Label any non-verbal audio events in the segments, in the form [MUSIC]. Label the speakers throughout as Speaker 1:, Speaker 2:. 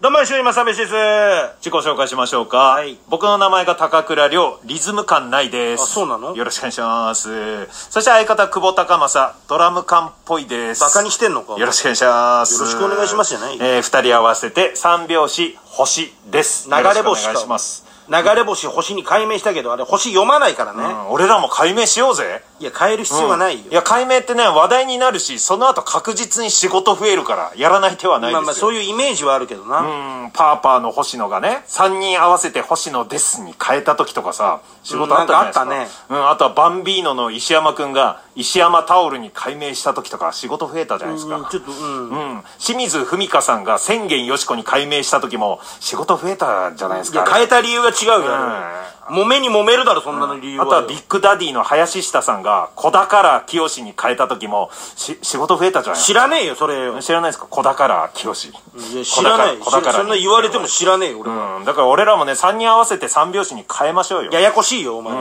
Speaker 1: どうも、シューイマサメシです。あ、
Speaker 2: 自己紹介しましょうか、
Speaker 1: はい
Speaker 2: 僕の名前が高倉涼リズム感ないです
Speaker 1: あそうなの
Speaker 2: よろしくお願いしますそして相方久保高政ドラム感っぽいです
Speaker 1: バカにしてんのか
Speaker 2: よろしくお願いします
Speaker 1: よろしくお願いしますじゃない
Speaker 2: えー、二人合わせて三拍子星です
Speaker 1: 流れ星
Speaker 2: よろしくお願い
Speaker 1: か
Speaker 2: します、
Speaker 1: 流れ星星に解明したけど、あれ星読まないから
Speaker 2: う
Speaker 1: ね。
Speaker 2: ん、俺らも解明しようぜ
Speaker 1: いや、変える必要はないよ。
Speaker 2: いや解明ってね話題になるしその後確実に仕事増えるからやらない手はないです
Speaker 1: まあ
Speaker 2: よ、
Speaker 1: まあ、そういうイメージはあるけどな。
Speaker 2: うんパーパーの星野がね、3人合わせて星野ですに変えた時とかさ、仕事あったじゃないですか。
Speaker 1: うんなんかあった
Speaker 2: ね。うん、あとはバンビーノの石山くんが石山タオルに改名した時とか仕事増えたじゃないです
Speaker 1: うん、
Speaker 2: か。
Speaker 1: ちょっと、うん。
Speaker 2: うん。清水文香さんが千元よしこに改名した時も仕事増えたじゃないです
Speaker 1: い
Speaker 2: か。
Speaker 1: や、変えた理由が違うよ。揉めに揉めるだろ、そんなの理由
Speaker 2: あ
Speaker 1: は。
Speaker 2: とはビッグダディの林下さんが小宝清に変えた時もし仕事増えたじゃないです
Speaker 1: 知らねえよ、それよ。
Speaker 2: か。知らないですか小宝清。
Speaker 1: いや知らない。
Speaker 2: 小宝
Speaker 1: しそんな言われても知らねえよ、俺は。
Speaker 2: うん、だから俺らもね、3人合わせて3拍子に変えましょうよ。
Speaker 1: ややこしいよ、お前。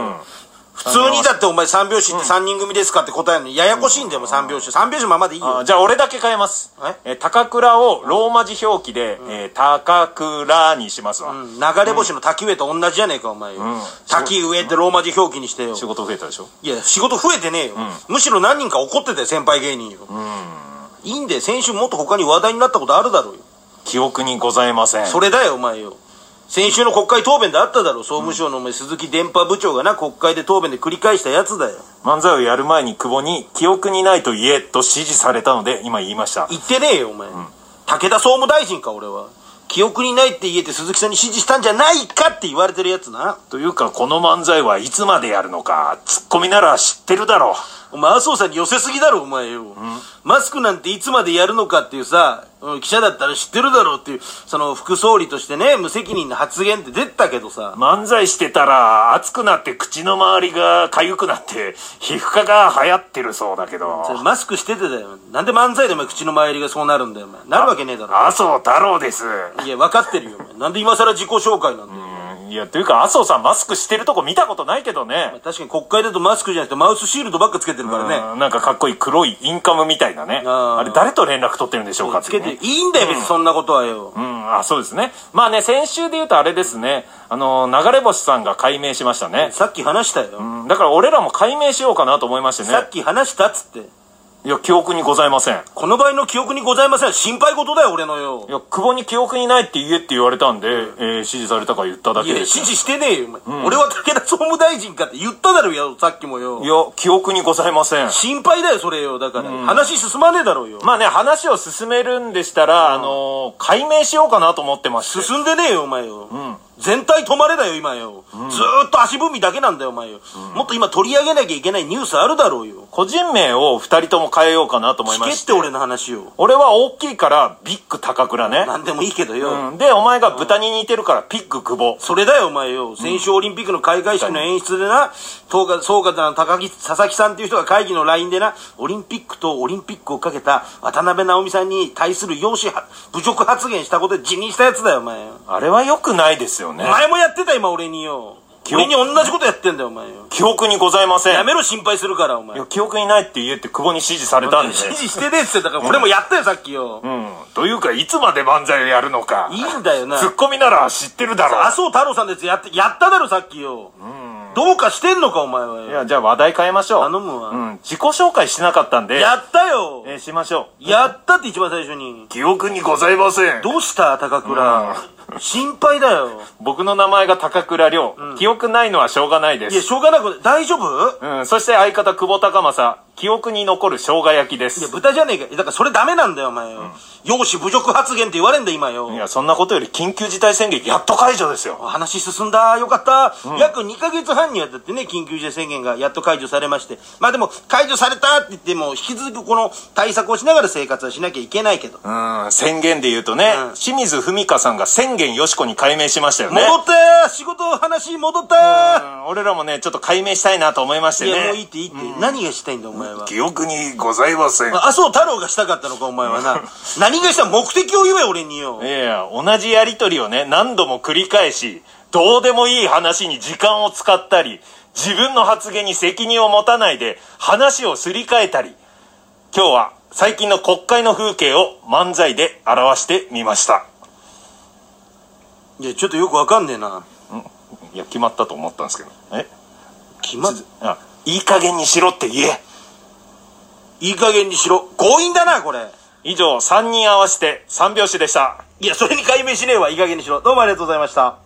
Speaker 1: 普通にだってお前三拍子って三人組ですかって答えるのにややこしいんだよ、もう三拍子。三拍子ままでいい
Speaker 2: あ
Speaker 1: よ。
Speaker 2: じゃあ俺だけ変えます。えー高倉をローマ字表記で、えー高倉にしますわ、
Speaker 1: うん流れ星の滝上と同じじゃねえか、お前よ。滝上ってローマ字表記にしてよ
Speaker 2: 仕。事増えたでしょ
Speaker 1: いや、仕事増えてねえよ。むしろ何人か怒ってたよ、先輩芸人よ。いいんだよ、先週もっと他に話題になったことあるだろうよ。
Speaker 2: 記憶にございません。
Speaker 1: それだよ、お前よ。先週の国会答弁であっただろ、総務省のお前、鈴木電波部長がな、国会で答弁で繰り返したやつだよ。
Speaker 2: 漫才をやる前に久保に、記憶にないと言えと指示されたので、今言いました。
Speaker 1: 言ってねえよ、お前。武田総務大臣か、俺は。記憶にないって言えて鈴木さんに指示したんじゃないかって言われてるやつな。
Speaker 2: というか、この漫才はいつまでやるのか、ツッコミなら知ってるだろ
Speaker 1: お前、麻生さんに寄せすぎだろ、お前よ。マスクなんていつまでやるのかっていうさ、うん記者だったら知ってるだろうっていう、その副総理としてね、無責任な発言って出てたけどさ
Speaker 2: う。。漫才してたら、熱くなって口の周りが痒くなって、皮膚科が流行ってるそうだけど。
Speaker 1: それマスクしててだよ。なんで漫才でお前口の周りがそうなるんだよ、お前。なるわけねえだろ。
Speaker 2: 麻生太郎です。
Speaker 1: いや、分かってるよ、お前。なんで今更自己紹介なんだよ。
Speaker 2: いや、というか、麻生さんマスクしてるとこ見たことないけどね。
Speaker 1: 確かに国会だとマスクじゃなくてマウスシールドばっかつけてるからね。
Speaker 2: うんなんかかっこいい黒いインカムみたいなね。
Speaker 1: あー
Speaker 2: あれ誰と連絡取ってるんでしょうかっ
Speaker 1: つ
Speaker 2: てい
Speaker 1: け
Speaker 2: うね、
Speaker 1: て、いいんだよ、別にそんなことはよ。
Speaker 2: うん、あ、そうですね。まあね、先週で言うとあれですね。あの、流れ星さんが解明しましたね。
Speaker 1: さっき話したよ。
Speaker 2: うんだから俺らも解明しようかなと思いまして
Speaker 1: さ
Speaker 2: ね
Speaker 1: っ。き話したっつって。
Speaker 2: いや、記憶にございません。い
Speaker 1: この場合の記憶にございません。心配事だよ、俺のよ。
Speaker 2: や、久保に記憶にないって言えって言われたんで、えー指示されたから言っただ
Speaker 1: い
Speaker 2: け
Speaker 1: や、
Speaker 2: で
Speaker 1: 指
Speaker 2: す。
Speaker 1: 示してねえよ、お前。俺は武田総務大臣かって言っただろよ、さっきもよ
Speaker 2: い。や、記憶にございません。
Speaker 1: 心配だよ、それよ。だから、話進まねえだろうよ。
Speaker 2: まあね、話を進めるんでしたら、あの、解明しようかなと思ってまして
Speaker 1: 進んでねえよ、お前よ。全体止まれだよ、今よ。ずーっと足踏みだけなんだよ、お前よ。もっと今取り上げなきゃいけないニュースあるだろうよ。
Speaker 2: 個人名を二人とも変えようかなと思い
Speaker 1: 聞
Speaker 2: ま
Speaker 1: けっ
Speaker 2: し。
Speaker 1: てて俺の話を。
Speaker 2: 俺は大きいからビッグ高倉ね。
Speaker 1: なんでもいいけどよ。
Speaker 2: うん。で、お前が豚に似てるからピッグ久保。
Speaker 1: それだよ、お前よ。先週オリンピックの開会式の演出でな、統括総括の高木、佐々木さんっていう人が会議の LINE でな、オリンピックとオリンピックをかけた渡辺直美さんに対する容姿は、侮辱発言したことで辞任したやつだよ、お前。
Speaker 2: あれは良くないですよね
Speaker 1: お。前もやってた、今俺によ。
Speaker 2: 記憶
Speaker 1: 俺に同じことやってんだよ、お前よ。
Speaker 2: 記憶にございません。
Speaker 1: やめろ、心配するから、お前。
Speaker 2: いや、記憶にないって言えって久保に指示されたんで
Speaker 1: 指。示してねえって言ってたから、俺もやったよ、さっきよ。
Speaker 2: うん。というか、いつまで漫才をやるのか。
Speaker 1: いいんだよな。
Speaker 2: ツッコミなら知ってるだろ
Speaker 1: 麻。生太郎さんのやつやって、やっただろ、さっきよ。どうかしてんのか、お前はいよ。
Speaker 2: や、じゃあ話題変えましょう。
Speaker 1: 頼むわ
Speaker 2: うん。自己紹介しなかったんで、
Speaker 1: やったよ
Speaker 2: えーしましょう。
Speaker 1: やったって一番最初に。
Speaker 2: 記憶にございません。
Speaker 1: どうした高倉。心配だよ。
Speaker 2: 僕の名前が高倉涼。記憶ないのはしょうがないです
Speaker 1: いや、。しょうがなく、大丈夫
Speaker 2: うん、そして相方、久保高政、記憶に残る生姜焼きで
Speaker 1: いや、
Speaker 2: す。
Speaker 1: 豚じゃねえか。いやだからそれダメなんだよ、お前よ。容姿侮辱発言って言われんだ、今よ
Speaker 2: い。や、そんなことより緊急事態宣言やっと解除ですよ。
Speaker 1: 話進んだ。よかった。約2ヶ月半にわたってね、緊急事態宣言がやっと解除されまして。まあでも、解除されたって言っても、引き続きこの対策をしながら生活はしなきゃいけないけど。
Speaker 2: うん、宣言で言うとね、
Speaker 1: うん
Speaker 2: 清水文香さんが宣言よしこに改名しましたよね。
Speaker 1: 戻ったー仕事話戻った
Speaker 2: うん、俺らもね、ちょっと改名したいなと思いま
Speaker 1: ー
Speaker 2: して
Speaker 1: い
Speaker 2: ね。
Speaker 1: や、もういいっていいって。何がしたいんだ、お前は。
Speaker 2: 記憶にございません。
Speaker 1: 麻生太郎がしたかったのか、お前は [LAUGHS] な。何がした目的を言え、俺によ
Speaker 2: い。やいや、同じやりとりをね、何度も繰り返し、どうでもいい話に時間を使ったり、自分の発言に責任を持たないで、話をすり替えたり、今日は最近の国会の風景を漫才で表してみました。
Speaker 1: いや、ちょっとよくわかんねえな。
Speaker 2: いや決まったと思ったんですけどえ
Speaker 1: 決まっ、
Speaker 2: あいい加減にしろって言え
Speaker 1: いい加減にしろ。強引だな、これ。
Speaker 2: 以上3人合わせて3拍子でした
Speaker 1: いや、それに解明しねえわ。いい加減にしろ。どうもありがとうございました。